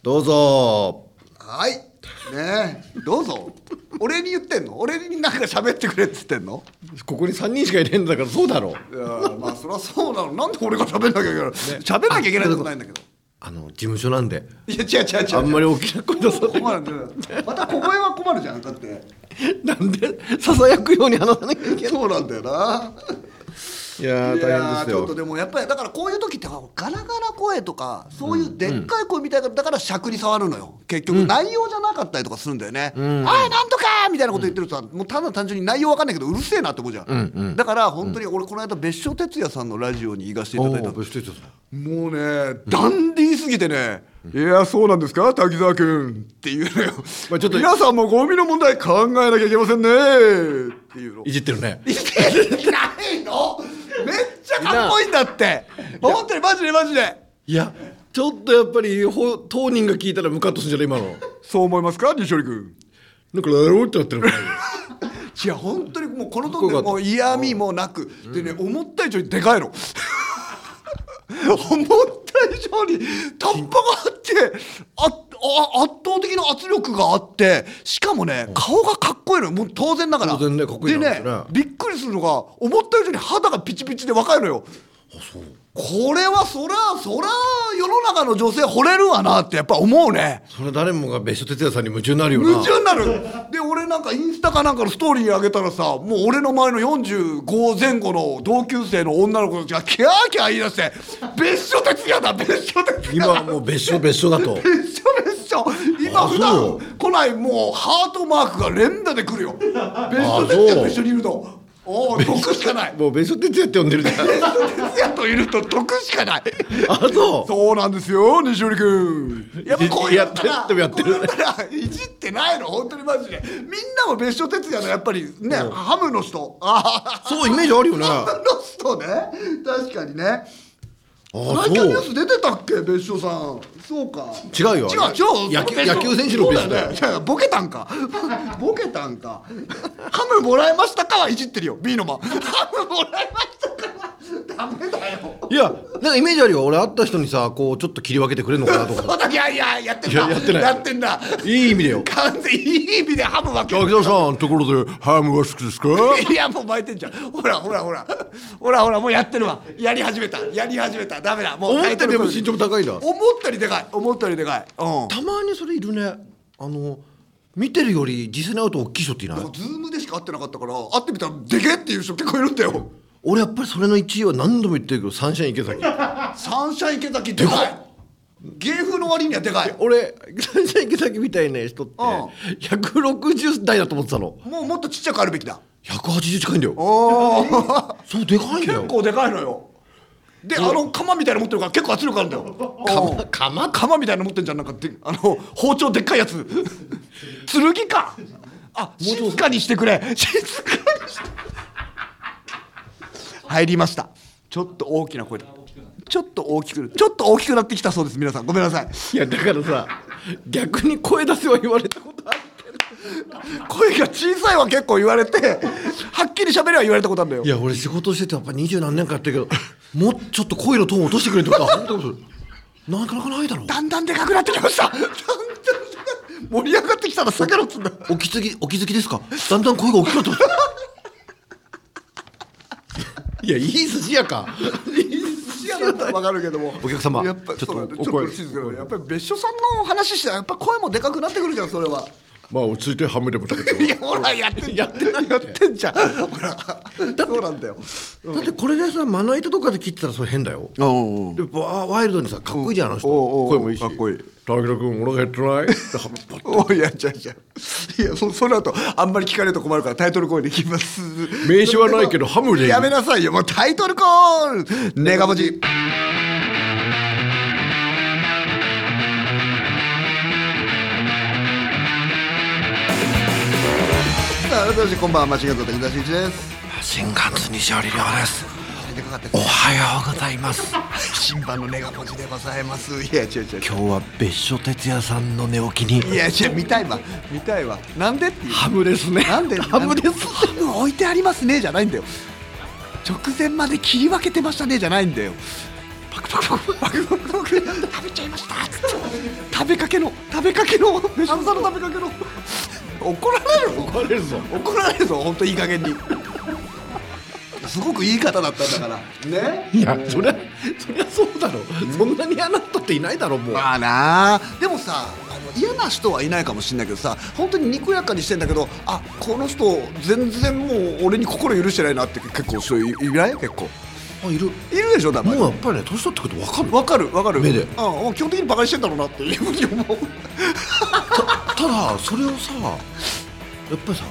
どうぞはいねえどうぞ俺に言ってんの俺になんか喋ってくれっつってんのここに3人しかいないんだからそうだろういやまあそりゃそうなのなんで俺が喋んなきゃいけないの喋、んなきゃいけないことないんだけどあの事務所なんでいや違う違う違うあんまり大きな声出さない 困るんだよまた小声は困るじゃんだってなんでささやくように話さなきゃいけないそうなんだよないやーいや大変ーでちすょっとよでもやっぱりだからこういう時ってガラガラ声とかそういうでっかい声みたいなだから尺に触るのよ結局内容じゃなかったりとかするんだよね、ああなんとかーみたいなこと言ってるとさもうただ単純に内容わかんないけどうるせえなって思うじゃん、だから本当に俺この間別所哲也さんのラジオに行かせていただいたのおー別にちょっともうねダンディーすぎてね、いやそうなんですか滝沢君っていうのよ、まあちょっと皆さんもゴミの問題考えなきゃいけませんねっていうのいじってるねいてないのめっちゃかっこいいんだって本当にマジでマジでいやちょっとやっぱりほ当人が聞いたらムカッとするんじゃない今のそう思いますか西織君なんかラロってなってるからいや本当にもうこのかっこよか時でったもう嫌味もなく、でね思った以上にでかいの 思った以上にタッパがあってああ圧倒的な圧力があってしかもね、顔がかっこいいのよもう当然だから当然ねかっこいいでのねねびっくりするのが思った以上に肌がピチピチで若いのよこれはそらそら世の中の女性惚れるわなってやっぱ思うねそれ誰もが別所哲也さんに夢中になるよな夢中になるで俺なんかインスタかなんかのストーリーに上げたらさもう俺の前の45前後の同級生の女の子たちがキャーキャー言い出して別所哲也だ別所哲也今はだもう別所別所だと別所別所今あ普そう段来ないもうハートマークが連打で来るよ別所哲也と一緒にいるとおお得しかないもう別所哲也って呼んでるじゃん別所哲也といると得しかないあそうそうなんですよ西織君やっぱこういうのったやっらてるやってるこういうのったらいじってないの本当にマジでみんなも別所哲也のやっぱりねハムの人ああそうイメージあるよねハあムの人ね確かにねそ何かニューうス出てたっけ別所さんそうか違うよ違あう違うれ野球別所野球選手の別所だよそうねいやいやボケたんか ボケたんかハムもらえましたかはいじってるよ B の間ハムもらえましたかはダメだよいやなんかイメージあるよ俺会った人にさこうちょっと切り分けてくれるのかなとそかうだいやいややってんいやだやってないやってんだい い意味でよ完全いい意味でハム分け秋田さんところでハムが好きです かいやもう巻いてんじゃんほらほらほらほらほらもうやってるわやり始めたやり始めたダメだもう思ったよりもタイ身長トルも高いんだ思ったよりでかい思ったよりでかいう んたまにそれいるねあの見てるより実際に会うと大きい人っていないもうズームでしか会ってなかったから会ってみたらでけえっていう人結構いるんだよ俺やっぱりそれの1位は何度も言ってるけどサンシャイン池 崎サンシャイン池崎でかい芸風の割にはでかい俺サンシャイン池崎みたいな人ってう160代だと思ってたのもうもっとちっちゃくあるべきだ180近いんだよおお そうでかいんだ結よ構でかいのよであの釜みたいなの持ってるから結構圧力あるんだよ釜うん釜鎌みたいなの持ってんじゃんなんかであの包丁でっかいやつ剣かあ静かにしてくれ静かにして入りましたちょっと大きな声だちょっと大きくちょっと大きくなってきたそうです皆さんごめんなさいいやだからさ逆に声出せは言われたことある声が小さいは結構言われてはっきり喋れは言われたことあるんだよいや俺仕事しててやっぱ二十何年間やってるけど もうちょっと声のトーン落としてくれってことは本当にそうなかなかないだろだんだんでかくなってきましただんだんでかく盛り上がってきたら避けろっつうんだお気づきお気づきですかだんだん声が大きくなってます いやいい寿司屋か いやだったら分かるけどもお客様やっぱちょっとそうなんだおちょっ声と静かにやっぱり別所さんの話してたらやっぱ声もでかくなってくるじゃんそれはまあ落ち着いてハムでも食べていやほらやってんやってやってんじゃんほらそうなんだよ だってこれでさまな板とかで切ってたらそれ変だよおでわワイルドにさかっこいいじゃんあの人おうおう声もいいしかっこいい高木君お腹減ってない ってハムパッおいやちゃちゃいやそその後あんまり聞かれると困るからタイトルコールできます名刺はないけどハムでいいやめなさいよもうタイトルコールネガ文字さあ改めましてこんばんはマシンガンズの滝沢秀一です新幹線西堀亮ですでかかったおはようございます新版のネガ文字でございますいや違う違う今日は別所哲也さんの寝起きにいや違う見たいわ見たいわなんでっていうハムですねなんでハムですハム置いてありますねじゃないんだよ直前まで切り分けてましたねじゃないんだよ食べちゃいましたっつって食べかけの食べかけのめしゃぶさの食べかけの怒られるぞ怒られるぞ怒られるぞ本当いい加減にすごくいい方だったんだからねいやそりゃそりゃそうだろそんなに嫌な人っていないだろもうまあなあでもさあの嫌な人はいないかもしれないけどさ本当ににこやかにしてんだけどあこの人全然もう俺に心許してないなって結構そういういない結構あいるいるでしょだかもらうやっぱりね年取ってくると分かるわかるわかる目でうん、基本的にバカにしてんだろうなっていうふうに思うただそれをさやっぱりさ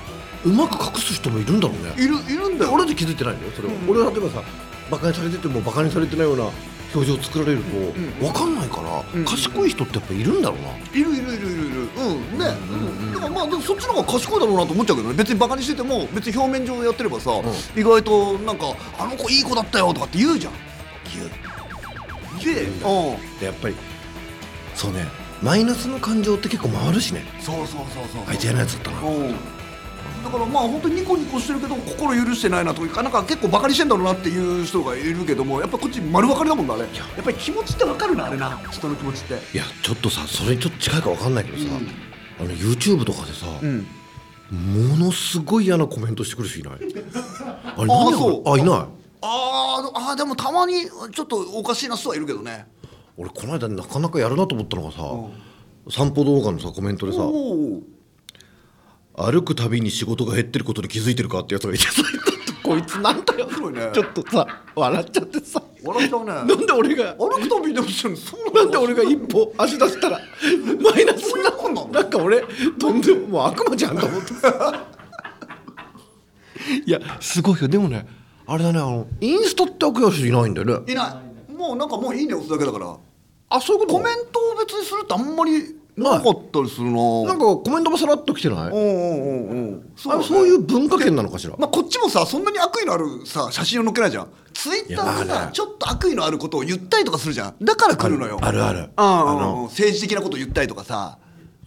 うまく隠す人もいるんだろうねいるいるんだよ俺で気づいてないんだよそれは、俺は例えばさバカにされててもバカにされてないような表情を作られると、分かんないから、ん賢い人ってやっぱいるんだろうな、いるいるいるいるいるうんね、うんだからまあでもそっちの方が賢いだろうなと思っちゃうけどね別にバカにしてても別に表面上やってればさ、意外となんか「あの子いい子だったよ」とかって言うじゃん言うで、うん、でやっぱりそうねマイナスの感情って結構回るしねそうそうそうそうあいつ嫌なやつだったなうんだからまあ本当にニコニコしてるけど心許してないなとかなんか結構バカにしてんだろうなっていう人がいるけどもやっぱこっち丸分かりだもんなあれやっぱり気持ちって分かるなあれな人の気持ちっていやちょっとさそれにちょっと近いか分かんないけどさ、あの YouTube とかでさ、んものすごい嫌なコメントしてくる人い ないあれあ何ーだそこうれあいないあーあーでもたまにちょっとおかしいな人はいるけどね俺この間なかなかやるなと思ったのがさ、散歩動画のさコメントでさおお歩くたびに仕事が減ってることに気づいてるかってやつがいてさちょっと こいつなんだよすごいねちょっとさ笑っちゃってさ笑 っちゃうねなんで俺が歩くたびにでもしてるのそ んななんで俺が一歩足出したらマイナスになそういうもんなのなんか俺とんでももう悪魔じゃんと思っていやすごいよでもねあれだねあのインスタって悪用人いないんだよねいないもうなんかもういいね押すだけだからあそういうことコメントを別にするってあんまりなかったりするななんかコメントもさらっと来てないうんうんうんうんそあれそういう文化圏なのかしらまあ、こっちもさそんなに悪意のあるさ写真を載っけないじゃんツイッターいでやまあさねちょっと悪意のあることを言ったりとかするじゃんだから来るのよあるあるうんうんあうんの政治的なこと言ったりとかさ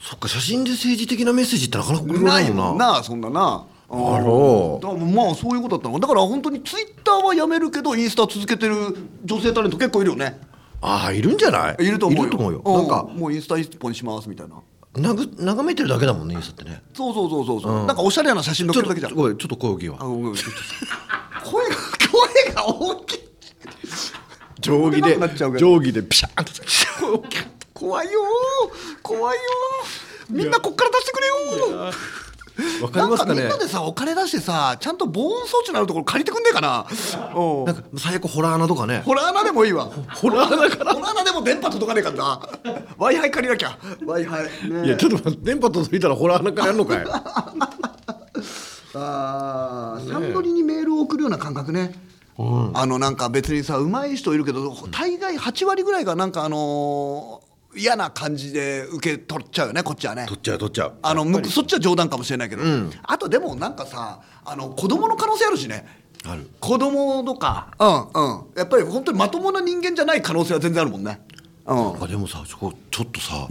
そっか写真で政治的なメッセージってなかなか送れなないいももんんななそんななうんあらだからまあそういうことだったのだから本当にツイッターはやめるけどインスタ続けてる女性タレント結構いるよねああいるんじゃないいると思うようんなんかもうインスタ一本にしますみたいななぐ眺めてるだけだもんねインスタってねそうそうそうそうそう、なんかおしゃれな写真ち載っけょるだけじゃっんとごめんちょっと声を聞いあわごめんごめんちょっと声が声が大きい定規なくなっちゃうから規でピシャーンと 怖いよー怖いよーみんなこっから出してくれよーわかりますかなんかみんねなでさお金出してさちゃんと防音装置のあるところ借りてくんねえかなおうなんか最悪ホラー穴とかねホラー穴でもいいわホラー穴かホラー穴でも電波届かねえから な w i f i 借りなきゃ w i f i ねいやちょっと待って電波届いたらホラー穴からやるのかいあーサンドリにメールを送るような感覚ね、あのなんか別にさうまい人いるけど大概8割ぐらいがなんかあのー嫌な感じで受け取っちゃうよねこっちはね 取っちゃう取っちゃうあのむそっちは冗談かもしれないけど、あとでもなんかさあの子供の可能性あるしねある子供とかうんうんやっぱり本当にまともな人間じゃない可能性は全然あるもんねうんあでもさそこちょっとさ、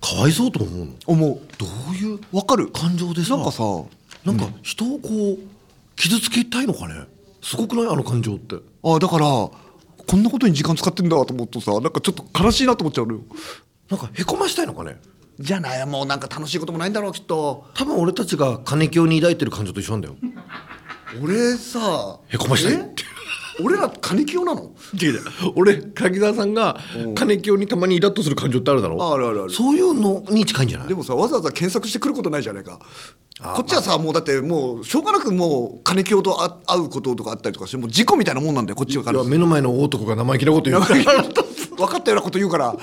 かわいそうと思うの思うどういうわかる感情でさなんかさなんか人をこう傷つけたいのかねすごくないあの感情ってあだからこんなことに時間使ってんだと思うとさなんかちょっと悲しいなと思っちゃうのよなんかへこましたいのかねじゃないもうなんか楽しいこともないんだろうきっと多分俺たちが金京に抱いてる感情と一緒なんだよ俺さへこましたいえ俺ら金清なの 違う違う俺柿沢さんが金京にたまにイラッとする感情ってあるだろああるあるあるそういうのに近いんじゃないでもさわざわざ検索してくることないじゃないかこっちはさ、もうだってもうしょうがなくもう金清とあ会うこととかあったりとかしてもう事故みたいなもんなんだよこっちはいや目の前の大男が生意気なこと言うから分かったようなこと言うから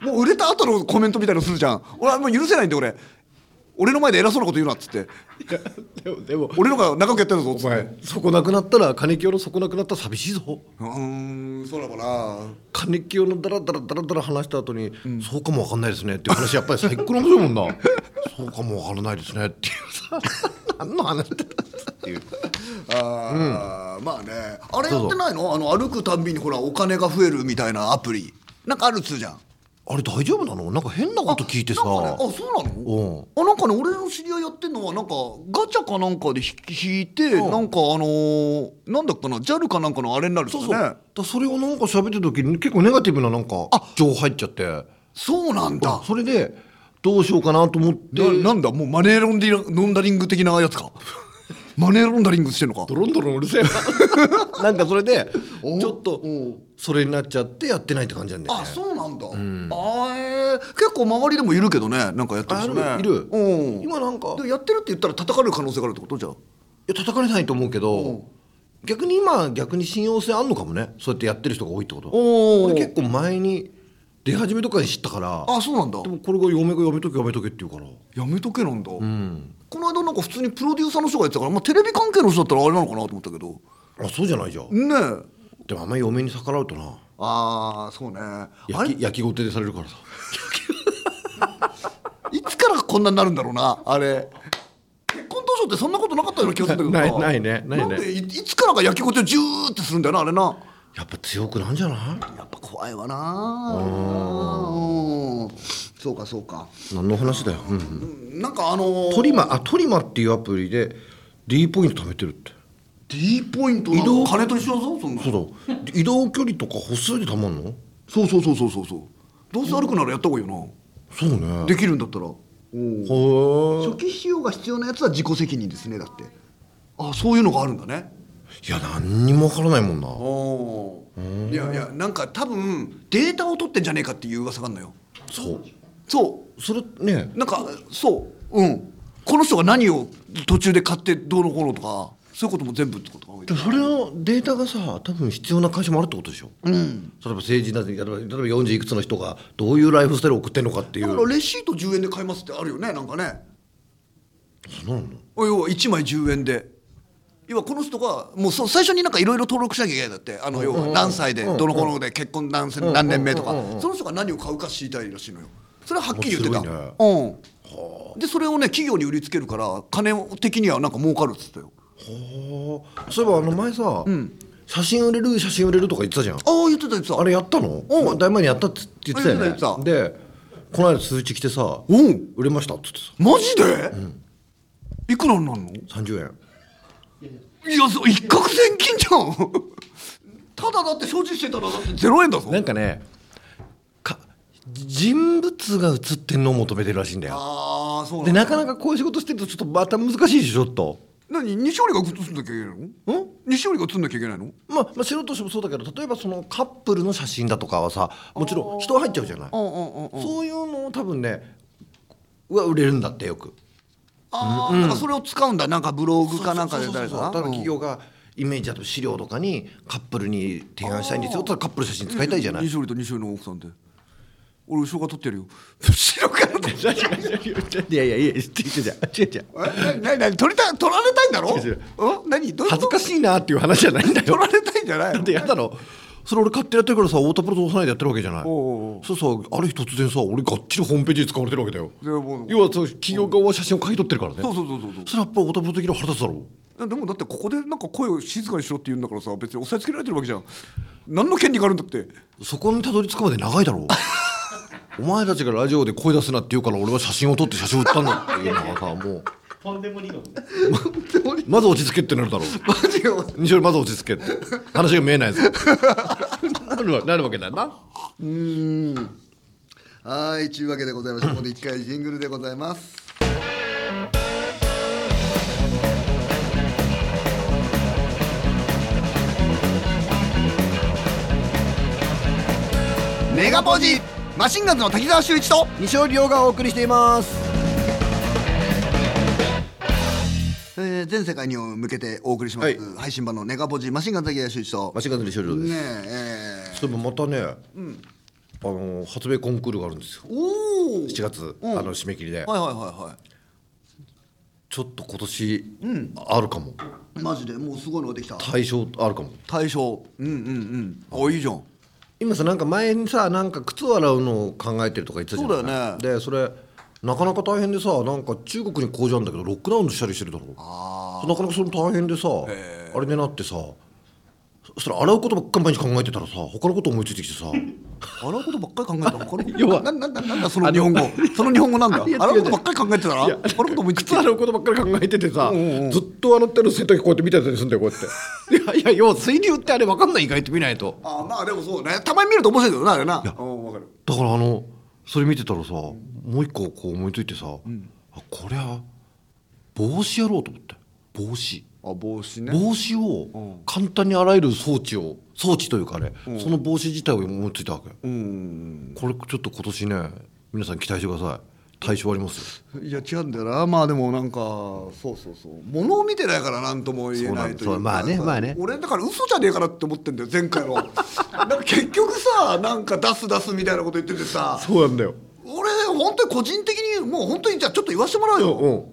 もう売れた後のコメントみたいなのするじゃん俺はもう許せないんで俺俺の前で偉そうなこと言うなっつって でもでも俺の方が長くやってんだぞっつおって前そこなくなったら金清のそこなくなったら寂しいぞうーんそうなのかな金清のダラダラダラダラ話した後に、そうかもわかんないですねっていう話やっぱり最高の面白いもんな そうかもわからないですねっていうさ 何の話だっていうあーまあねあれそうそやうってないのあの歩くたんびにほらお金が増えるみたいなアプリなんかあるっつうじゃんあれ大丈夫なのなんか変なこと聞いてさなんかねあそうなのうんあなんかね俺の知り合いやってんのはなんかガチャかなんかで引き引いて、うんなんかあのーなんだっけかな JAL かなんかのあれになるとそうかそねう、だからそれをなんか喋ってる時に結構ネガティブななんか情報入っちゃってそうなんだそれでどうしようかなと思ってななんだもうマネーロンディラロンダリング的なや つかマネーロンダリングしてんのかドロンドロンうるせえ ななんかそれでおちょっとおそれになっちゃってやってないって感じなんだよあねそうなんだ、あえー結構周りでもいるけどねなんかやってるあ人ねいるいるうん今なんかでやってるって言ったら叩かれる可能性があるってことじゃあいや叩かれないと思うけうんど逆に今逆に信用性あんのかもねそうやってやってる人が多いってことお俺結構前に出始めとかに知ったからあそうなんだでもこれが嫁がやめとけやめとけって言うからやめとけなんだ、うんこの間なんか普通にプロデューサーの人がやってたから、まあ、テレビ関係の人だったらあれなのかなと思ったけどあそうじゃないじゃんねえでもあんまり嫁に逆らうとなああそうねあれ焼き焼きごてでされるからさいつからこんなになるんだろうなあれ結婚当初ってそんなことなかったような気がするんだけどないないねないねんでいいつからか焼きごてをジューってするんだよなあれなやっぱ強くなんじゃないやっぱ怖いわなうんそうかそうか何の話だよ、うんうんうんなんかあのー、トリマあトリマっていうアプリで D ポイント貯めてるって D ポイント移動動金と一緒だぞそんなそう だ移動距離とか歩数で貯まんのそうそうそうそうそうそうどうせ歩くならやった方がいいよな、そうねできるんだったらおうへえ初期費用が必要なやつは自己責任ですねだってあそういうのがあるんだねいや何にもわからないもんなおいやいやなんか多分データを取ってんじゃねえかっていう噂があるのよそうそそれねうなんかそううんこの人が何を途中で買ってどうのこうのとかそういうことも全部ってことが多いでもそれのデータがさ多分必要な会社もあるってことでしょ、う例えば政治な例えば例えば40いくつの人がどういうライフスタイルを送ってんのかっていだうからレシート10円で買いますってあるよねなんかねそうなのおいおい1枚10円で要はこの人がもうそう最初になんかいろいろ登録しなきゃいけないんだってあの要は何歳でどの頃で結婚何歳何年目とかその人が何を買うか知りたいらしいのよそれははっきり言ってた、面白うんでそれをね企業に売りつけるから金的にはなんか儲かるっつったよほーそういえばあの前さ、写真売れる写真売れるとか言ってたじゃんああ言ってた言ってたあれやったのうんまあ、だいぶ前にやったって言ってたよ言ってた言っねでこの間通知来てさうん売れましたっつってマジで、いくらになんのさ30円いやそう一攫千金じゃん ただだって所持してたらだって0円だぞなんかねか人物が写ってんのを求めてるらしいんだよああそうなんだでなかなかこういう仕事してるとちょっとまた難しいでしょちょっと何西堀が映んなきゃいけないのん西堀が映んなきゃいけないのまあ、まあ、素人としてもそうだけど例えばそのカップルの写真だとかはさもちろん人入っちゃうじゃないんうんうんそういうのを多分ねは売れるんだってよくああ、なんかそれを使うんだなんかブログかなんかで誰そうそうそうそかうただ企業がイメージだと資料とかにカップルに提案したいんですよただカップル写真使いたいじゃない西堀と西堀の奥さんで俺後ろから撮ってやるよ 後ろから撮っいやいやいや違う違う違う違うて何何撮りた撮られたいんだろ違う違うん何どういう恥ずこかとしいなっていう話じゃないんだ撮よられたいんじゃないだのってやだろそれ俺勝手にやってるからさ太田プロと幼いでやってるわけじゃないおうおうおうそうそうある日突然さ俺がっちりホームページに使われてるわけだよでも要はそう企業側は写真を買い取ってるからねそうそうそうそうそうそれやっぱ太田プロ的には腹立つだろえでもだってここでなんか声を静かにしろって言うんだからさ別に押さえつけられてるわけじゃん何の権利があるんだってそこにたどり着くまで長いだろうお前たちがラジオで声出すなって言うから俺は写真を撮って写真を売ったんだっていうのがさもうとんでも理論まず落ち着けってなるだろうマジよ西織まず落ち着けって話が見えないぞなるわなるわけだなはい、ちゅうわけでございまして、ここで一回ジングルでございます。メガポージマシンガンズの滝沢秀一と西尾亮がお送りしていますえー全世界に向けてお送りします、はい配信版のネガポジマシンガンズ滝沢秀一と間違いない西尾亮です、ねええそういえばまたね、あの発明コンクールがあるんですよー、おお7月、うんあの締め切りではいはいはいはちょっと今年、あるかもいマジでもうすごいのができた対象あるかも大賞うんうんうんあいいじゃん今さなんか前にさなんか靴を洗うのを考えてるとか言ってたじゃんそうだよねでそれなかなか大変でさなんか中国に工場あるんだけどロックダウンしたりしてるだろああなかなかそれも大変でさあれになってさそしたら洗うことばっかり毎日考えてたらさ他のこと思いついてきてさ 洗うことばっかり考えたのこの要はななななんだその 日本語その日本語なんだいや違う違う洗うことばっかり考えてたらいや洗うこともいつ靴洗うことばっかり考えててさ、ずっとあの手の洗濯機こうやって見てたりするんだよこうやって いやいや要は水流ってあれ分かんない意外と見ないとああまあでもそうねたまに見ると面白いけどなあれなうんわかるだからあのそれ見てたらさもう一個こう思いついてさ、あこれは帽子やろうと思って帽子あ帽子ね帽子を簡単に洗える装置を装置というかね、その帽子自体を思いついたわけ、うんこれちょっと今年ね皆さん期待してください対象ありますよいや違うんだよなまあでもなんかそうそうそうものを見てないから何とも言えないというそかうまあねまあね俺だから嘘じゃねえかなって思ってんだよ前回の なんか結局さなんか出す出すみたいなこと言っててさそうなんだよ俺本当に個人的にもう本当にじゃあちょっと言わせてもらうよ、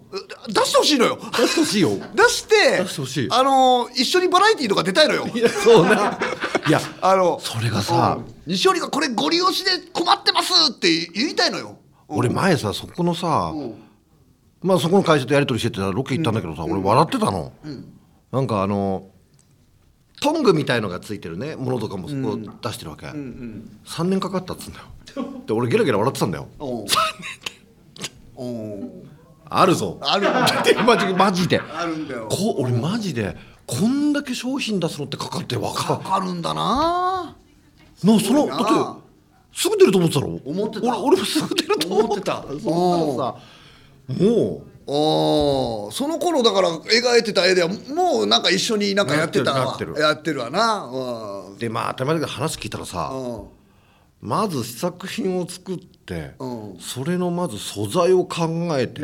え出してほしいのよ出してほしいよ出して出してほしいあの一緒にバラエティーとか出たいのよいや そうな いやあのそれがさうん西織がこれご利用しで困ってますって言いたいのよ俺前さそこのさ、んまあそこの会社とやり取りしててロケ行ったんだけどさ、俺笑ってたの、なんかあのトングみたいのがついてるねものとかもそこ出してるわけ、3年かかったっつうんだよで俺ゲラゲラ笑ってたんだよ おうおうあるぞあるマジマジであるんだよこ俺マジでこんだけ商品出すのってかかってわかかかるんだななそのなだってすぐ出ると思ってたろ思ってた俺俺もすぐ出ると思ってた思ってたそんなのさもうおーその頃だから描いてた絵ではもうなんか一緒になんかやってたわなってるなってるやってるわなうんでまあ当たり前だけど話聞いたらさ、うんまず試作品を作って、うんそれのまず素材を考えて、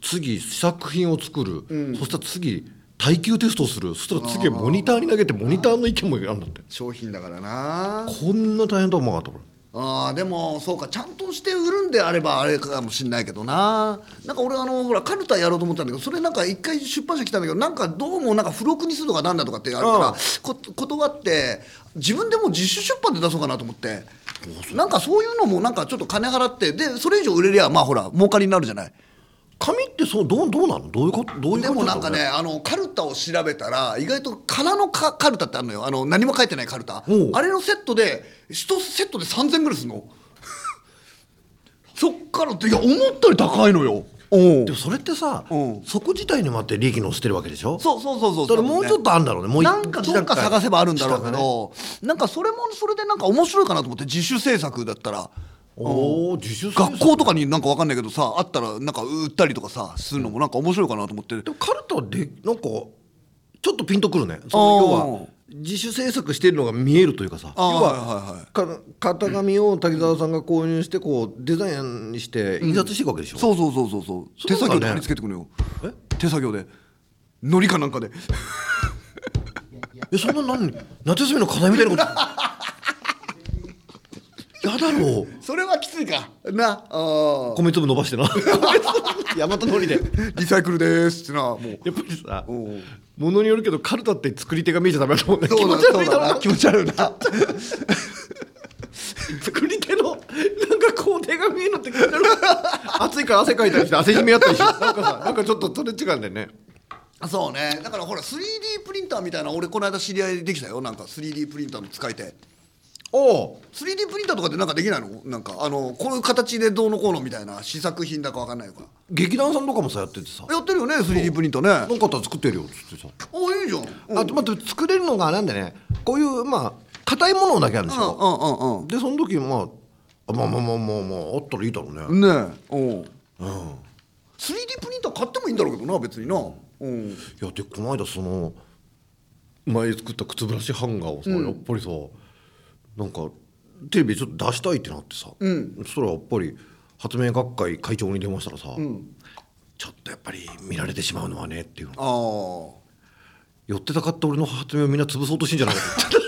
次試作品を作る、そしたら次耐久テストをするそしたら次はモニターに投げてモニターの意見もあるんだって商品だからなこんな大変とは思わなかった俺あーでもそうかちゃんとして売るんであればあれかもしんないけどななんか俺あのほらカルタやろうと思ったんだけどそれなんか一回出版社来たんだけどなんかどうもなんか付録にするとかなんだとかってあるから、うんこ断って自分でもう自主出版で出そうかなと思ってなんかそういうのもなんかちょっと金払ってでそれ以上売れりゃまあほら儲かりになるじゃない紙ってそうどうどうなのどういうことどういうでこともなんかねあのカルタを調べたら意外と空のカカルタってあるのよあの何も書いてないカルタおうあれのセットで1セットで3000ぐらいするの そっからっていや思ったより高いのよおでもそれってさ、うんそこ自体にもあって利益乗せてるわけでしょそうそうそうそうだからもうちょっとあるんだろうねもう一なんかどっか探せばあるんだろうけ下がねど、なんかそれもそれでなんか面白いかなと思って自主制作だったらおお自主制作学校とかになんかわかんないけどさあったらなんか売ったりとかさするのもなんか面白いかなと思ってでもカルタはでなんかちょっとピンとくるねそあーの要は自主制作してるのが見えるというかさ要あーははいはいはいか型紙を滝沢さんが購入してこうデザインにして印刷していくわけでしょ、そうそうそうそうそうそ手うだ作ね業で貼り付けてくのよ手作業でのりかなんかでえそんな何夏休みの課題みた いなことやだろうそれはきついかなあ米粒伸ば してな大和のりでやっーリサイクルですってなもうぱりさおうものによるけどカルタって作り手が見えちゃダメだと思うんだよそ気持ち悪いだうだそうだろな気持ち悪いな作り手のなんか工程が見えるのって気になる 暑いから汗かいたりして汗染みやったりしてなんかさなんかちょっとそれ違うんだよねそうねだからほら 3D プリンターみたいな俺この間知り合いできたよなんか 3D プリンターの使い手おう 3D プリンターとかでなんかできないのなんかあのこういう形でどうのこうのみたいな試作品だかわかんないのか劇団さんとかもさやっててさやってるよね 3D プリンタ「ーね何かあったら作ってるよ」っつってさ、おいいじゃんうんあと待って作れるのがなんでねこういうまあ硬いものだけあるんですよ、うんうんうんでその時まああまあまあまあまあ、まあ、あったらいいだろうね、ねえうん 3D プリンター買ってもいいんだろうけどな別になうんいやでこの間その前作った靴ブラシハンガーをさ、やっぱりさなんかテレビでちょっと出したいってなってさ、そしたらやっぱり発明学会会長に電話したらさ、ちょっとやっぱり見られてしまうのはねっていうのああ寄ってたかって俺の発明をみんな潰そうとしてんじ ゃないかと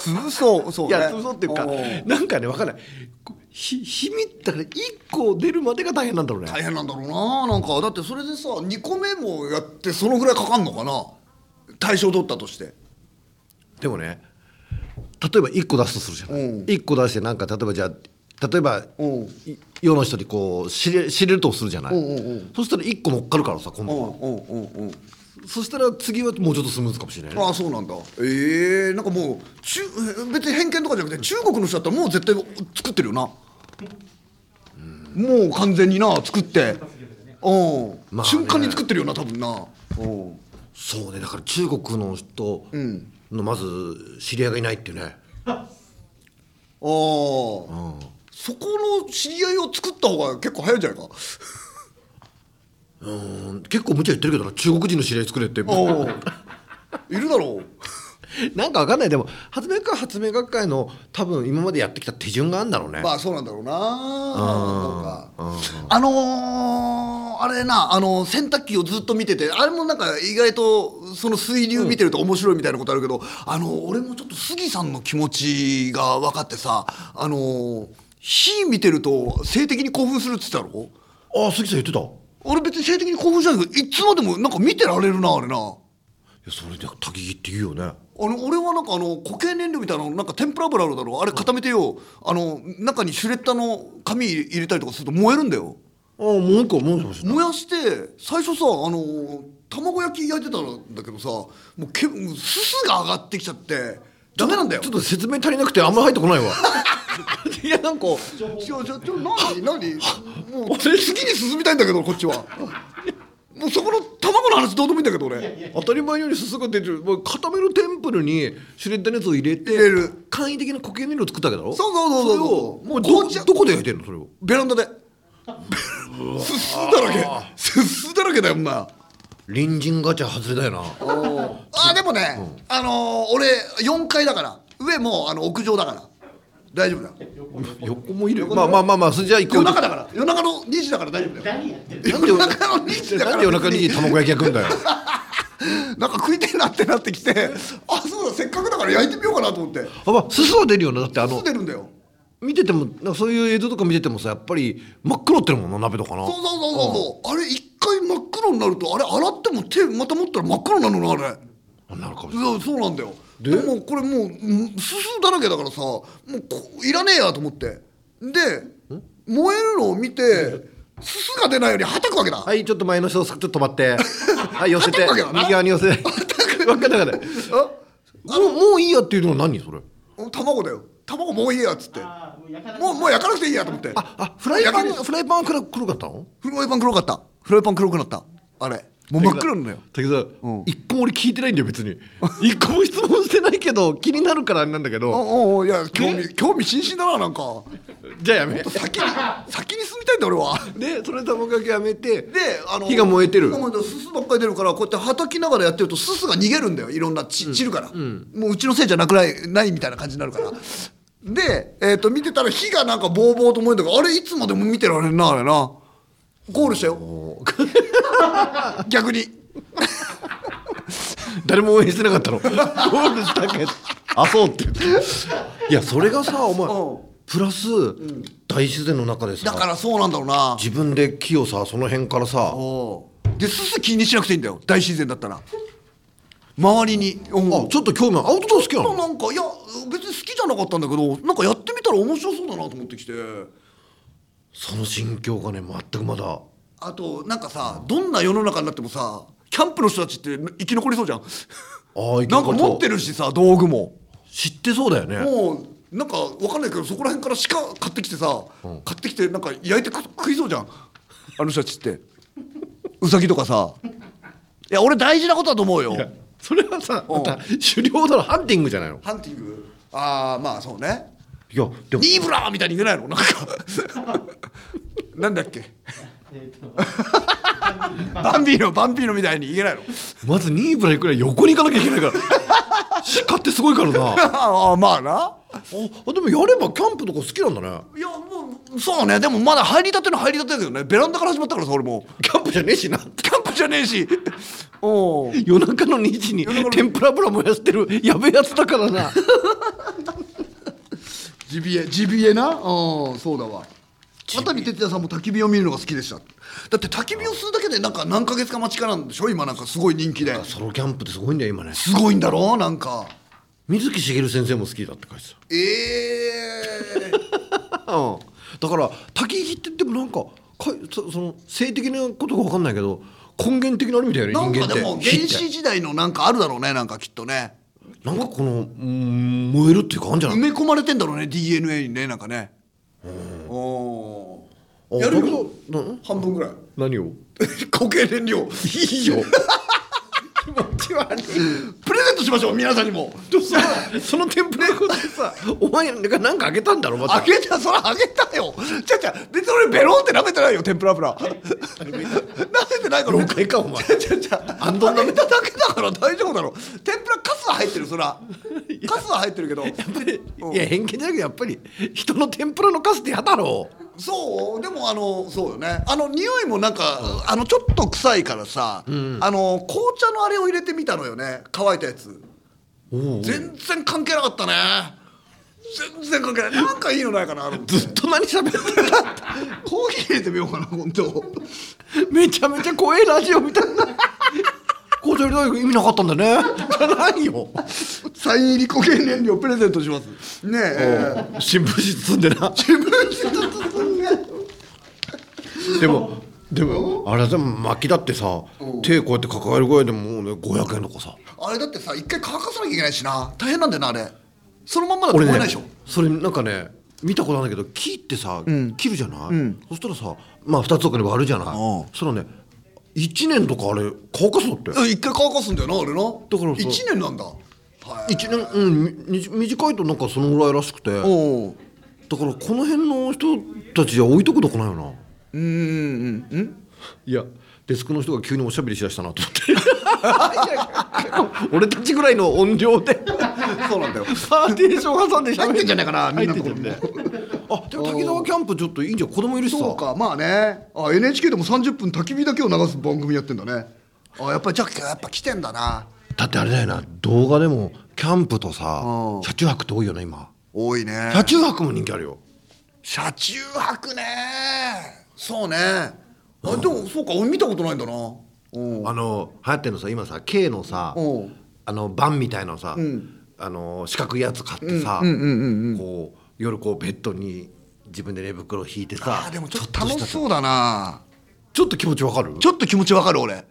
潰そうそう、いね、や潰そうっていうかんなんかね分かんないこうひ秘密だから1個出るまでが大変なんだろうね大変なんだろうななんかだってそれでさ2個目もやってそのぐらいかかんのかな大賞取ったとしてでもね例えば1個出すとするじゃない、うん1個出してなんか例えばじゃあ例えば、うんい世の人にこう知れ知れるとするじゃない、うんうんうんそしたら1個乗っかるからさ今度うんはうんうんうんそしたら次はもうちょっとスムーズかもしれないねああそうなんだええなんかもう中別に偏見とかじゃなくて中国の人だったらもう絶対作ってるよな、もう完全にな作ってうん、まあね瞬間に作ってるよな多分なうんそうねだから中国の人んのまず知り合いがいないっていうね、ああ、そこの知り合いを作った方が結構早いんじゃないかうん結構無茶言ってるけどな中国人の知り合い作れっておういるだろうなんかわかんないでも発明家は発明学会の多分今までやってきた手順があるんだろうね、 まあそうなんだろうなそうかあのーあれなあの洗濯機をずっと見ててあれもなんか意外とその水流見てると面白いみたいなことあるけど、あの俺もちょっと杉さんの気持ちが分かってさあのー火見てると性的に興奮するっつったろああ杉さん言ってたい俺別に性的に興奮しないけどいつまでもなんか見てられるなあれな。やそれで焚き木って言うよねあの俺はなんかあの固形燃料みたいなのなんか天ぷら油あるだろあれ固めてよ、あの中にシュレッダーの紙入れたりとかすると燃えるんだよああもう一個もう一個欲しいな燃やして最初さあの卵焼き焼いてたんだけどさもうけもうすすが上がってきちゃってダメなんだよちょっと説明足りなくてあんま入ってこないわいやなんかちょちょちょ何何もう次に進みたいんだけどこっちはもうそこの卵の話どうでもいいんだけど俺当たり前のようにすすが出てるもう固めのテンプルにシュレッダーのやつを入れて入れる簡易的な固形燃料を作ったわけだろそうそうそうそうれをもうどどこで焼いてんのそれをベランダですすだらけすすだらけだよほんなら隣人ガチャ外れだよなあでもね、あのー俺4階だから上もうあの屋上だから大丈夫だよ横もいるまあまあまあまあそれじゃあ行こ夜う中だから夜中の2時だから大丈夫だよ何やってる夜中の2時だからなんで夜中に卵焼き焼くんだよなんか食いてえなってなってきてあそうだせっかくだから焼いてみようかなと思ってあまあすすは出るよなだってあそうの出るんだよ見ててもなんかそういう映像とか見ててもさやっぱり真っ黒ってるもんな鍋とかなそうそうそうそうそうあれ一回真っ黒になるとあれ洗っても手また持ったら真っ黒になるのなあれあなるかもしれないそうそうなんだよでもこれもうすすだらけだからさもうこいらねえやと思ってで燃えるのを見てすすが出ないようにはたくわけだ、はいちょっと前の人ちょっと止まって はい寄せて叩くわけだな右側に寄せて分かんなかったあもうもういいやっていうのは何それ卵だよ卵もういいやっつってあーもう焼かなくもうもう焼かなくていいやと思ってああフライパン焼けフライパンは黒黒かったのフライパン黒かったフライパン黒くなったあれもう真っ黒なのよだけどうん一個も俺聞いてないんだよ別に 一個も質問してないけど気になるからあれなんだけどおうおういや興味興味津々だななんかじゃあやめ先に先に進みたいんだ俺はでそれ卵かけやめてであの火が燃えてる火が燃えすすばっかり出るからこうやってはたきながらやってるとすすが逃げるんだよいろんなち散るから、もううちのせいじゃなくないないみたいな感じになるからで、えー、と見てたら火がなんかぼうぼうと思えんだけどあれいつまでも見てられんなあれなゴールしたよ 逆に誰も応援してなか ったのゴールしたけどあそうって言っていやそれがさおうん前プラス大自然の中でだかさらそうなんだろうな自分で木をさその辺からさおうですす気にしなくていいんだよ大自然だったら周りにうんあちょっと興味あるアウトドア好きなまあのなんかいや別に好きじゃなかったんだけどなんかやってみたら面白そうだなと思ってきてその心境がね全くまだあとなんかさどんな世の中になってもさキャンプの人たちって生き残りそうじゃんああなんか持ってるしさ道具も知ってそうだよねもうなんかわかんないけどそこら辺から鹿買ってきてさ、買ってきてなんか焼いてく食いそうじゃんあの人たち ってウサギとかさいや俺大事なことだと思うよ それはさうんまた狩猟だろハンティングじゃないのハンティングああまあそうねいやでもニーブラーみたいに言えないのなんかなんだっけえーとバンビーノバンビーノみたいに言えないのまずニーブラ行くらい横に行かなきゃいけないから 鹿ってすごいからな あああまあなあでもやればキャンプとか好きなんだねいやもうそうねでもまだ入りたての入りたてだけどねベランダから始まったからさ俺もキャンプじゃねえしなキャンプじゃねえしおう夜中の2時に夜中の天ぷら油燃やしてるやべえやつだから なジビエジビエなうんそうだわ渡部哲也さんも焚き火を見るのが好きでしただって焚き火をするだけでなんか何ヶ月か待ちかなんでしょ今なんかすごい人気でソロキャンプってすごいんだよ今ねすごいんだろうなんか水木しげる先生も好きだって書いてええた、うん、だから焚き火ってでもなんかかいそその性的なことが分かんないけど根源的なあるみたいななん人間かってでも原火って始時代のなんかあるだろうねなんかきっとねなんかこのうん燃えるっていうかあんじゃな埋いめ込まれてんだろうね DNA にねなんかねおあーやるよなな半分ぐらい 何を固形燃料いいよ気持ち悪いプレゼントしましょう皆さんにもと さそのテンプレートでさお前が何かあげたんだろまたあげたそれあげたよちゃちゃ別に俺ベロンって舐めてないよ天ぷら油舐めてないから老害か お前ちゃちゃちゃあん舐めただけだから大丈夫だろ天ぷらカスは入ってるそらカスは入ってるけどうんいや偏見じゃなくてやっぱり人の天ぷらのカスってやだろそうでもあのそうよねあの匂いもなんか、あのちょっと臭いからさ、あの紅茶のあれを入れてみたのよね乾いたやつおう全然関係なかったね全然関係ないなんかいいのないかなあのずっと何喋ってんだってコーヒー入れてみようかな本当めちゃめちゃ怖えラジオみたいな紅茶入れた意味なかったんだねじゃないよ サイン入り固形燃料プレゼントしますねえ新聞紙包んでな自分で包んででもでもあれでも薪だってさ手こうやって抱えるぐらいでもうね500円とかさあれだってさ一回乾かさなきゃいけないしな大変なんだよなあれそのまんまだと俺燃ねえないでしょ、それなんかね見たことあるんだけど木ってさ、切るじゃない、そしたらさまあ2つとかに割るじゃないんそしたらね1年とかあれ乾かすのってうん一回乾かすんだよなあれなだからそう1年なんだはい一年うんみみ短いとなんかそのぐらいらしくてだからおうこの辺の人たちじゃ置いとくとこないよなうんうんうんうんいやデスクの人が急におしゃべりしだしたなと思って 俺たちぐらいの音量で そうなんだよパーテーション挟んでしゃべ入ってんじゃないかなみんなのとこあでも滝沢キャンプちょっといいんじゃん子供いるしさそうかまあねあ NHK でも30分焚き火だけを流す番組やってんだねあやっぱりじゃあやっぱ来てんだなだってあれだよな動画でもキャンプとさうん車中泊って多いよね今多いね車中泊も人気あるよ車中泊ねそうねあでもそうか俺見たことないんだなうんあの流行ってんのさ今さ K のさうんあのバンみたいなのさ、んあの四角いやつ買ってさ、うんうんうんこう夜こうベッドに自分で寝袋引いてさあーでもちょっと楽したしそうだなちょっと気持ちわかるちょっと気持ちわかる俺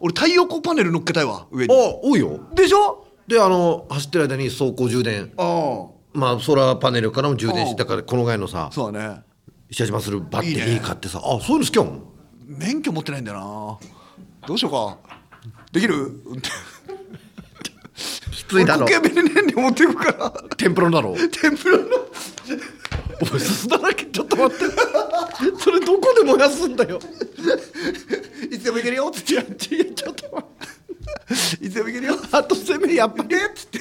俺太陽光パネル乗っけたいわ上あに多いよでしょであの走ってる間に走行充電あまあソーラーパネルからも充電うしんだからこのぐらいのさあそうだね石島するバッテいいリねー買ってさあそういうの好きやもん免許持ってないんだよなどうしようかできるきついだろ俺固形便利燃料持っていくから天ぷらだろ 天ぷらの おいすすだらけちょっと待ってそれどこで燃やすんだよ いつでもいけるよっつっていやちょっと待っていつでもいけるよあとせめやっぱりえっつって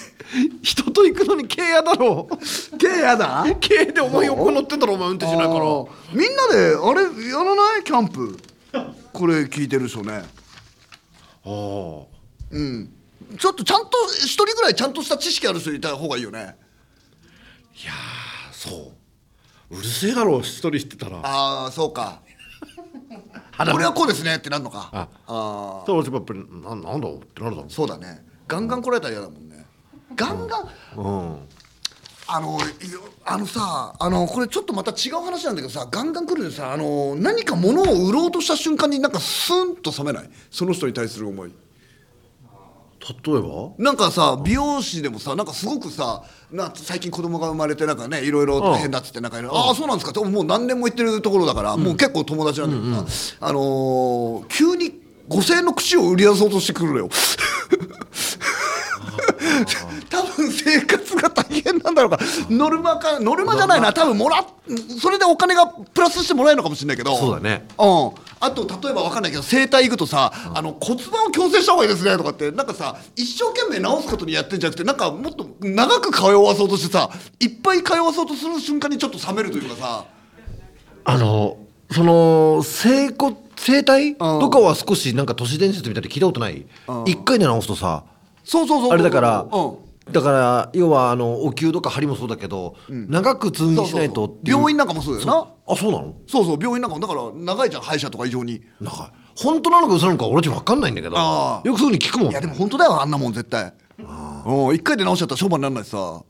人と行くのに軽やだろけやだ軽でお前横乗ってんだろお前運転しないからあーみんなであれやらないキャンプこれ聞いてるでしょねあちょっとちゃんと一人ぐらいちゃんとした知識ある人いた方がいいよねあそううるせえだろ一人してたらああそうかあこれはこうですねってなるのかああーそうやっぱりななんだろうってなるだろそうだねガンガン来られたら嫌だもんねガンガンうんあのいよあのさあのこれちょっとまた違う話なんだけどさガンガン来るでさあの何か物を売ろうとした瞬間になんかスンと冷めないその人に対する思い例えばなんかさ美容師でもさなんかすごくさな最近子供が生まれてなんかねいろいろ大変だっつってなんかいろいろああそうなんですかってもう何年も言ってるところだから、もう結構友達なんだけどさ、あのー急に5000円の串を売り出そうとしてくるのよ。 多分生活が大変なんだろうからノルマかノルマじゃないな多分もらっそれでお金がプラスしてもらえるのかもしれないけどそうだねうん、あと例えば分かんないけど整体行くとさ、あの骨盤を矯正した方がいいですねとかってなんかさ一生懸命治すことにやってんじゃなくてなんかもっと長く通わそうとしてさいっぱい通わそうとする瞬間にちょっと冷めるというかさあのその整骨整体とかは少しなんか都市伝説みたいで聞いたことない一回で直すとさそうそうそうあれだからうんだから要はあのお灸とか針もそうだけど長く通そう院そうしそうないとっていう病院なんかもそうだよなあそうなのそうそう病院なんかもだから長いじゃん歯医者とか異常にいなんか本当なのか嘘なのか俺ち分かんないんだけどあよーくそういうふうに聞くもんやでも本当だよあんなもん絶対うん一回で治しちゃったら商売にならないしさ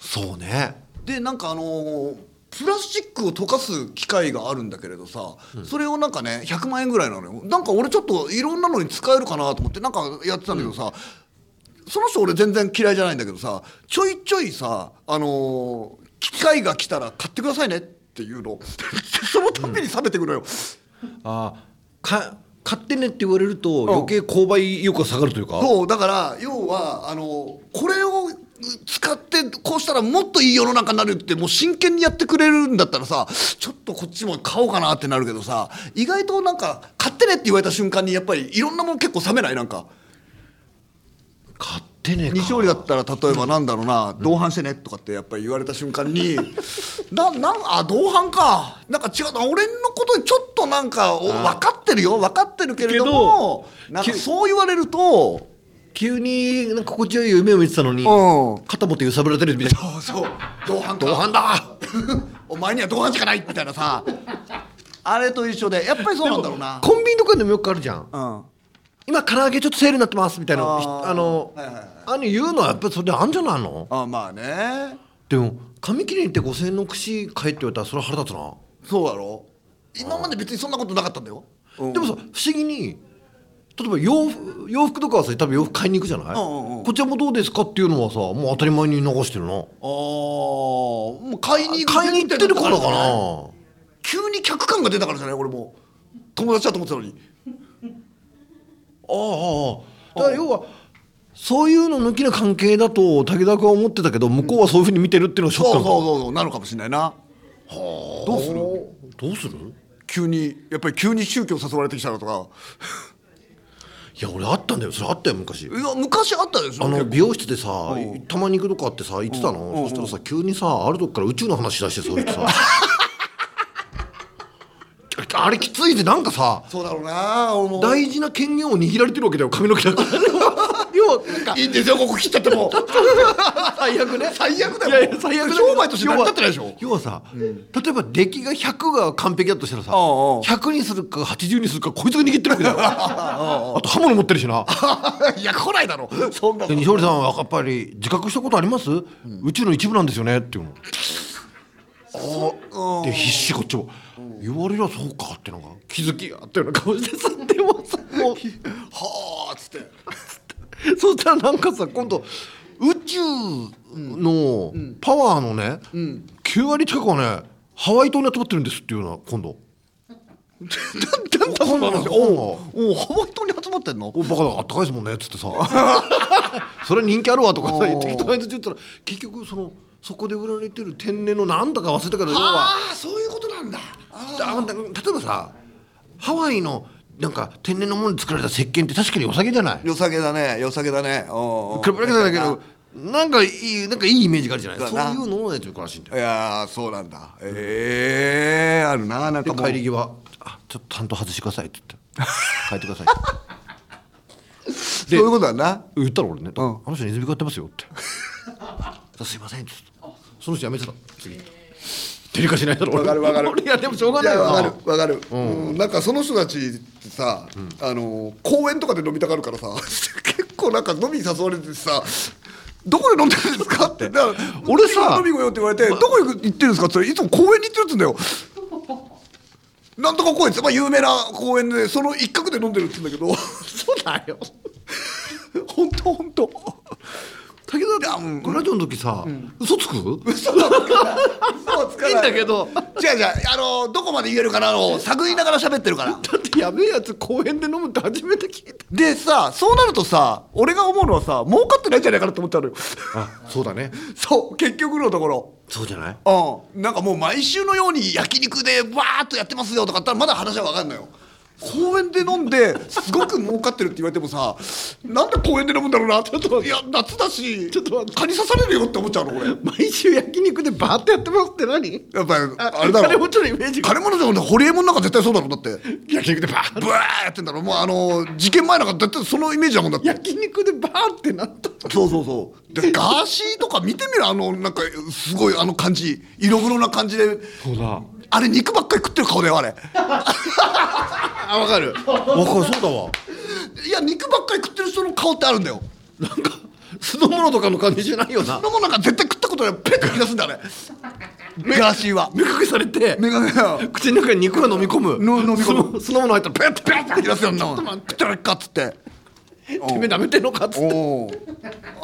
そうねでなんかあのープラスチックを溶かす機械があるんだけれどさ、それをなんかね100万円ぐらいなのよなんか俺ちょっといろんなのに使えるかなと思ってなんかやってたんだけどさ、その人俺全然嫌いじゃないんだけどさちょいちょいさあのー機械が来たら買ってくださいねっていうの そのたびに冷めてくのよ、あーか買ってねって言われると余計購買意欲が下がるというか、そうだから要はあのこれを使ってこうしたらもっといい世の中になるってもう真剣にやってくれるんだったらさちょっとこっちも買おうかなってなるけどさ意外となんか買ってねって言われた瞬間にやっぱりいろんなもの結構冷めないなんか買ってねか西織だったら例えばなんだろうな同伴してねとかってやっぱり言われた瞬間にななんあ同伴かなんか違うな俺のことにちょっとなんかお分かってるよ分かってるけれどもけどなんかそう言われると。急になんか心地よい夢を見てたのに、うん肩持って揺さぶられてるみたいなそうそう同伴同伴だ お前には同伴しかないみたいなさあれと一緒でやっぱりそうなんだろうなコンビニとかでもよくあるじゃんうん今唐揚げちょっとセールになってますみたいなあーひあの、はいはいはいあの言うのはやっぱりそれあんじゃないのあまあねでも髪切りに行って5000円の櫛買えって言われたらそれは腹立つな、そうだろ今まで別にそんなことなかったんだよ、うんでもさ不思議に例えば洋服洋服とかはさ多分洋服買いに行くじゃない、んうんうんこちらもどうですかっていうのはさもう当たり前に流してるなああもう買いに行く買いに行ってるからか前提だったねな急に客観が出たからじゃない俺も友達だと思ってたのにああああだから要はそういうの抜きな関係だと武田君は思ってたけど向こうはそういうふうに見てるっていうのがショッそクうそなうんだそうそうなのかもしれないなどうするどうする急にやっぱり急に宗教誘われてきたのとかいや俺あったんだよそれあったよ昔いや昔あったでしょあの結構美容室でさたまに行くとこあってさ行ってたのそしたらさ急にさあるとこから宇宙の話しだしてそう言って さあれきついぜなんかさそうだろうな俺も大事な権限を握られてるわけだよ髪の毛だから 要はなんかいいんですよここ切っちゃっても最悪ね 最悪だよいやいや最悪だけど商売として成り立ってないでしょ要はさ、例えば出来が100が完璧だとしたらさ、ああああ100にするか80にするかこいつが握ってるわけ だよあと刃物持ってるしないや来 ないだろそんなでの西堀さんはやっぱり自覚したことあります、宇宙の一部なんですよねっていうので必死こっちも、言われりゃそうかってなんか気づきがあったような顔してさでもさもう はあっつって そしたらなんかさ今度宇宙のパワーのね、9割近くはねハワイ島に集まってるんですっていうのは今度。 なんだそんなわかんないのおうおうハワイ島に集まってんのおバカだあったかいですもんねっつ ってさそれ人気あるわとかさ適当なやつ言ったら結局そのそこで売られてる天然のなんだか忘れたけど要はああそういうことなんだあ例えばさハワイのなんか天然のもので作られた石鹸って確かに良さげじゃない比良さげだね良さげだねおうおべうられただけどなんかいいなんかいいイメージがあるじゃないだそうないうのをやってるらしいんだよいやーそうなんだええあるななんでかもう帰り際あ「ちょっと担当外してください」って言って「帰ってください」って そういうことだな言ったら俺ね「んあの人ネズミ飼ってますよ」って「すいません」って言ってその人辞めてた次デリカしないだろわかるわかるいやでもしょうがいないやよわなかるわかる、うんなんかその人たちってさ、あのー公園とかで飲みたがるからさ 結構なんか飲みに誘われてさどこで飲んでるんですかってだから俺さ飲み行こうよって言われて、どこ行く行ってるんですかって言ったらいつも公園に行ってるっつうんだよなんとか公園って、まあ、有名な公園でその一角で飲んでるっつうんだけどそうだよ 本当本当武田君ラジオの時さ嘘つく嘘だ嘘つかないいいんだけど違う違うあのーどこまで言えるかなを探りながら喋ってるからだってやべえやつ公園で飲むって初めて聞いたでさそうなるとさ俺が思うのはさ儲かってないんじゃないかなと思っちゃうのよ あそうだねそう結局のところそうじゃないうんなんかもう毎週のように焼肉でわーっとやってますよとかだったらまだ話は分かんないよ公園で飲んですごく儲かってるって言われてもさなんで公園で飲むんだろうなってちょっといや夏だしちょっと蚊に刺されるよって思っちゃうの俺毎週焼肉でバーってやってますって何やっぱりあれだろ金持ちのイメージが金物じゃんホリエモンなんか絶対そうだろだって焼肉でバーブワーやってんだろもうあの事件前なんか絶対そのイメージだもんだって焼肉でバーってなったそうそうそうでガーシーとか見てみろあのなんかすごいあの感じ色黒な感じでそうだあれ肉ばっかり食ってる顔だよあれあわかるわかるそうだわいや肉ばっかり食ってる人の顔ってあるんだよなんか酢の物とかの感じじゃないよなそのものなんか絶対食ったことないペッと引き出すんだよあれ ガーシーは目隠しされて目が口の中に肉が飲み込むの飲み込むそのそのもの入ったらペッてペッて吐き出すよんちなょもっとん待っくってらっかっつってててめえダメてんのかっつっておお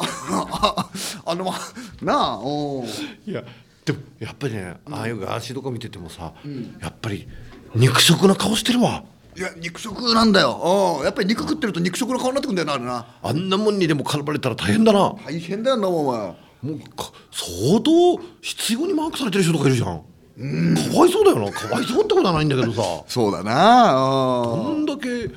あのまなあおおいやでもやっぱりねああいうガーシーとか見ててもさ、やっぱり肉食な顔してるわいや肉食なんだよおやっぱり肉食ってると肉食の顔になってくんだよなあれなあんなもんにでも絡まれたら大変だなも大変だよなお前うか相当必要にマークされてる人とかいるじゃん、かわいそうだよなかわいそうってことはないんだけど さそうだなあうんんだけ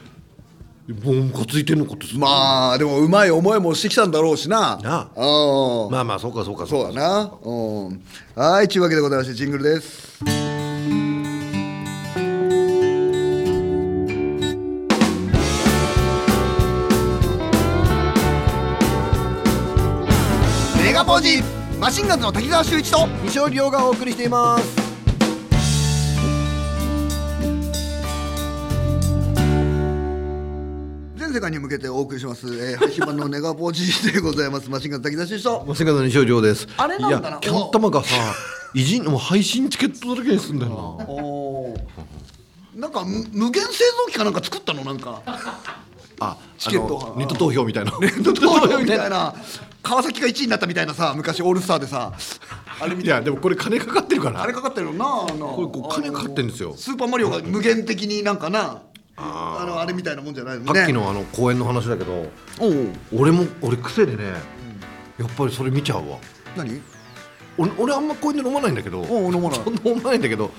もうムカついてんのかってさまあでもうまい思いもしてきたんだろうしななあうんまあまあそうかそうかそうだなうんはいちゅうわけでございましてジングルですメガポージマシンガンズの滝沢秀一と西尾亮がお送りしています全世界に向けてお送りします、えー、配信版のネガポージでございますマシンガンズ滝沢秀一ともう世界の西尾亮ですあれなんだないやキャン玉が さ偉人もう配信チケットだらけにすんだよなおなんかむ無限製造機かなんか作ったのな んかあチケットはあのネット投票みたいなネッ東洋みたいな川崎が1位になったみたいなさ昔オールスターでさあれみいたいなやでもこれ金かかってるからあれかかってるよなあのこれこう金かかってんですよスーパーマリオが無限的になんかなあのあれみたいなもんじゃないのねさっきのあの公演の話だけどおう俺も俺癖でねやっぱりそれ見ちゃうわ何俺俺あんま公園で飲まないんだけどおう飲まないそんな飲まないんだけど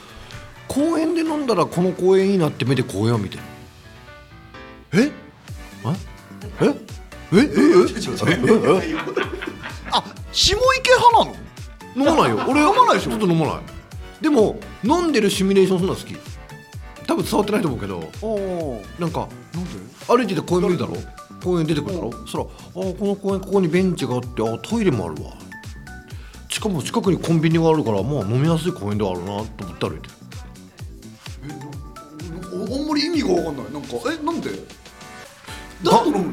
公園で飲んだらこの公園いいなって目で公園を見てるええええええええあ下池派なの飲まないよ 俺飲まないでしょちょっと飲まないでも飲んでるシミュレーションするのは好き多分伝わってないと思うけどおおなんかなんで歩いてて公園見るだろ公園出てくるだろそしたら「あーこの公園ここにベンチがあってあートイレもあるわ」しかも近くにコンビニがあるからまあ飲みやすい公園ではあるなと思って歩いてるおあんまり意味が分かんないなんかえなんでだ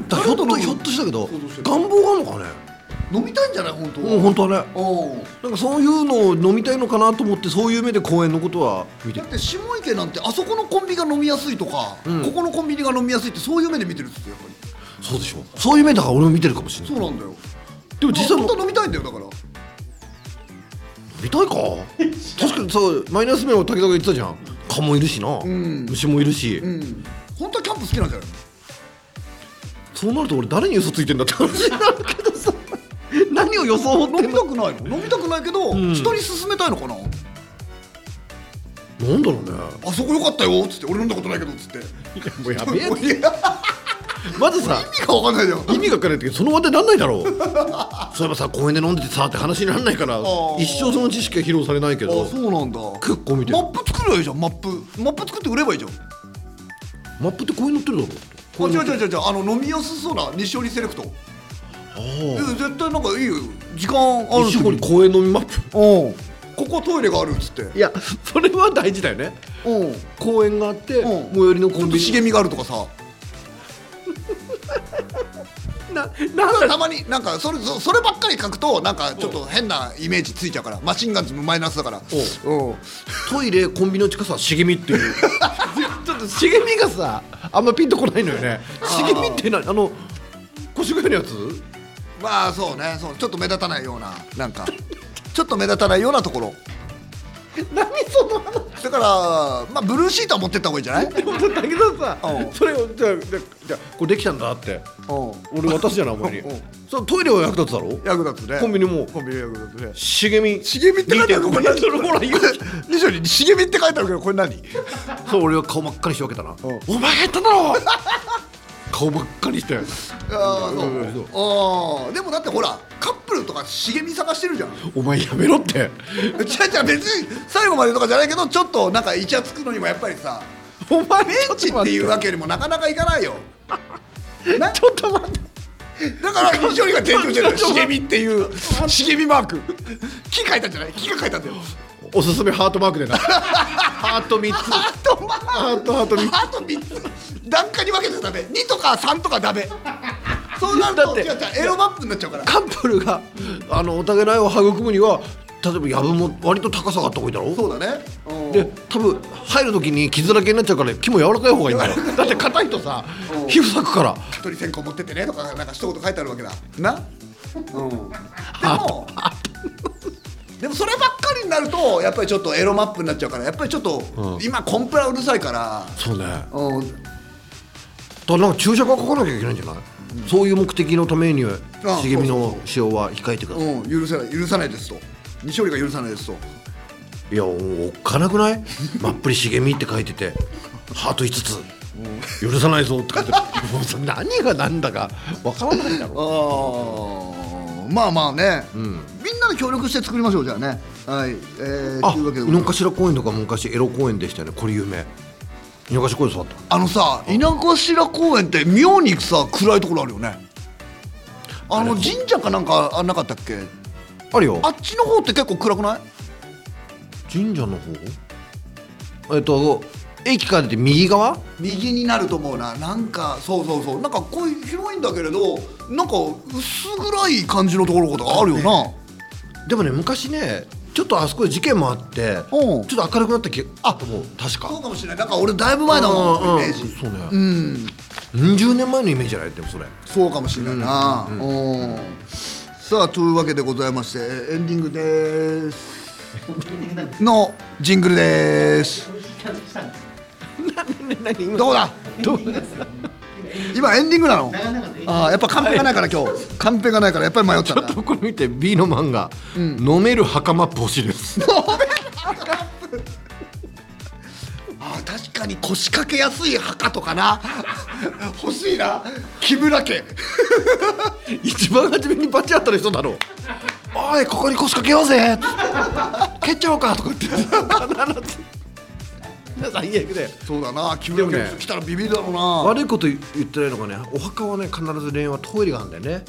誰と飲むだひょっとひょっとしたけどそうそうそう願望があるのかね飲みたいんじゃない本当うん本当はねおうなんかそういうのを飲みたいのかなと思ってそういう目で公園のことは見てだっるて下池なんてあそこのコンビが飲みやすいとか、ここのコンビニが飲みやすいってそういう目で見てるっつってやっぱりそうでしょそういう目だから俺も見てるかもしれないそうなんだよでも実際本も当は飲みたいんだよだから見たい か確かにそうマイナス面を滝沢が言ってたじゃん蚊もいるしな、ん虫もいるし、うん本当はキャンプ好きなんじゃないそうなると俺誰に嘘ついてんだって話になるけどさ何を予想をってん飲みのたくないの飲みたくないけど、ん人に勧めたいのかななんだろうねあそこ良かったよっつって俺飲んだことないけどっつってもうやべえ もういや意味がまずさ分かんないじゃん意味が分からないけどその話題なんないだ ろうそういえばさ公園で飲んでてさって話にならないからー一生その知識が披露されないけどあそうなんだ結構見てるマップ作ればいいじゃんマップマップ作って売ればいいじゃんあマップって公園載ってるだろ違う違う違う違うあの飲みやすそうな西織セレクトえあ絶対なんかいいよ時間あある一緒に公園飲みマップうんここトイレがあるっつっていやそれは大事だよねうん公園があって、うん最寄りのちコょンっとビニ茂みがあるとかさ ななんだたまになんかそれそそればっかり書くとなんかちょっと変なイメージついちゃうからマシンガンズもマイナスだからおうトイレコンビニの近さは茂みっていう ちょっと茂みがさあんまピンとこないのよね茂みってなあの腰越のやつまあそうねそうちょっと目立たないようななんか ちょっと目立たないようなところ 何その話だからまあブルーシートは持ってった方がいいんじゃないでもさ武田さうんそれをじゃあじゃあじゃあこれできたんだってう俺渡すじゃないお前にうんそのトイレは役立つだろん役立つねコンビニもコンビニ役立つね茂み茂みって書いてある2.5メートルほら言う以上に茂みって書いてあるけどこれ何 そう俺は顔真っ赤にして分けたなうんお前がやったんだろ顔真っ赤にしてあーうんうんそうあーでもだってほらカップルとか茂み探してるじゃんお前やめろってじゃじゃ別に最後までとかじゃないけどちょっとなんかイチャつくのにもやっぱりさお前ベンチっていうわけにもなかなかいかないよなちょっと待ってだから非常には提供してるよちょっと茂みっていう茂みマーク木書いたんじゃない木が書いたんだよおすすめハートマーク でなハート3つあとまあハートハート3あと3つ段階に分けてダメ2とか3とかダメそうなるだっとて違う違うエロマップになっちゃうからカップルがあのお互いの愛を育むには例えばやぶも割と高さがあった方がいいだろそうだね、うん、で多分入る時に傷だらけになっちゃうから木も柔らかい方がいいんだよだって硬いとさうん皮膚裂くから鳥線香持ってってねとかなんか一言書いてあるわけだなうんでもでもそればっかりになるとやっぱりちょっとエロマップになっちゃうからやっぱりちょっと、ん今コンプラうるさいからそうねだかうんらなんか注射がかかなきゃいけないんじゃない、そういう目的のためにはあ茂みの使用は控えてください、うん、許せない許さないですと西織が許さないですといやおっかなくないまっぷり茂みって書いててハート5つ、許さないぞって書いてあるもうそれ何が何だかわからないだろああまあまあね、みんなで協力して作りましょうじゃあねはいえー、あというわけで井の頭公園とか昔エロ公園でしたよねこれ有名井の頭公園座ったあのさ稲頭公園って妙にさ暗いところあるよねあのあれ神社かなんかあなかったっけあるよあっちの方って結構暗くない神社の方えっと駅から出て右側右になると思うななんかそうそうそうなんかこういう広いんだけれどなんか薄暗い感じのところとかあるよな、でもね昔ねちょっとあそこで事件もあってちうょんっと明るくなった気あと思う確そうかかもしれないなんか俺だいぶ前だうんもうんんイメージそうねうん20年前のイメージじゃないでもそれそうかもしれないな、うんさあというわけでございましてエンディングですのジングルですどうだ今エンディングなのああやっぱカンペがないから今日カンペがないからやっぱり迷ったんだとこれ見て B の漫画「飲める袴マップ欲しいです」ああ確かに腰掛けやすい墓とかな欲しいな木村家一番初めにバチ当たる人だろうおいここに腰掛けようぜ蹴っちゃおうかとか言って必ず最悪だよそうだな木村で家もね来たらビビるだろうな悪いこと言ってないのがねお墓はね必ず恋愛はトイレがあるんだよね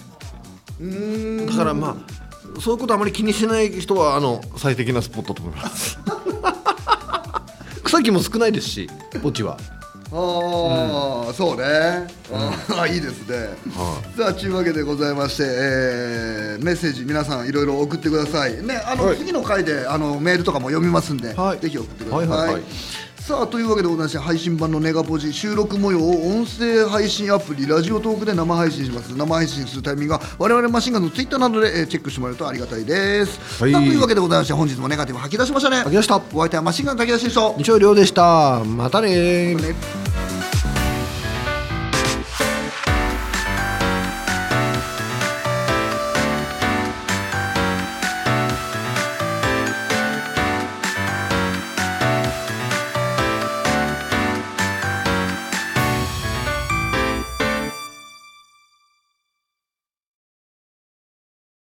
だからまあそういうことあまり気にしない人はあの最適なスポットと思います 草木も少ないですし墓地はああ、そうね、あ あいいですね、さあというわけでございまして、えーメッセージ皆さんいろいろ送ってくださいねあの、はい次の回であのメールとかも読みますんで、はいぜひ送ってください,、はいはいはいさあというわけでございまして配信版のネガポジ収録模様を音声配信アプリラジオトークで生配信します生配信するタイミングは我々マシンガンズのツイッターなどで、えーチェックしてもらえるとありがたいです、はいさあというわけでございまして本日もネガティブ吐き出しましたね吐き出したお相手はマシンガンズ吐き出しでした日曜寮でしたまたねーね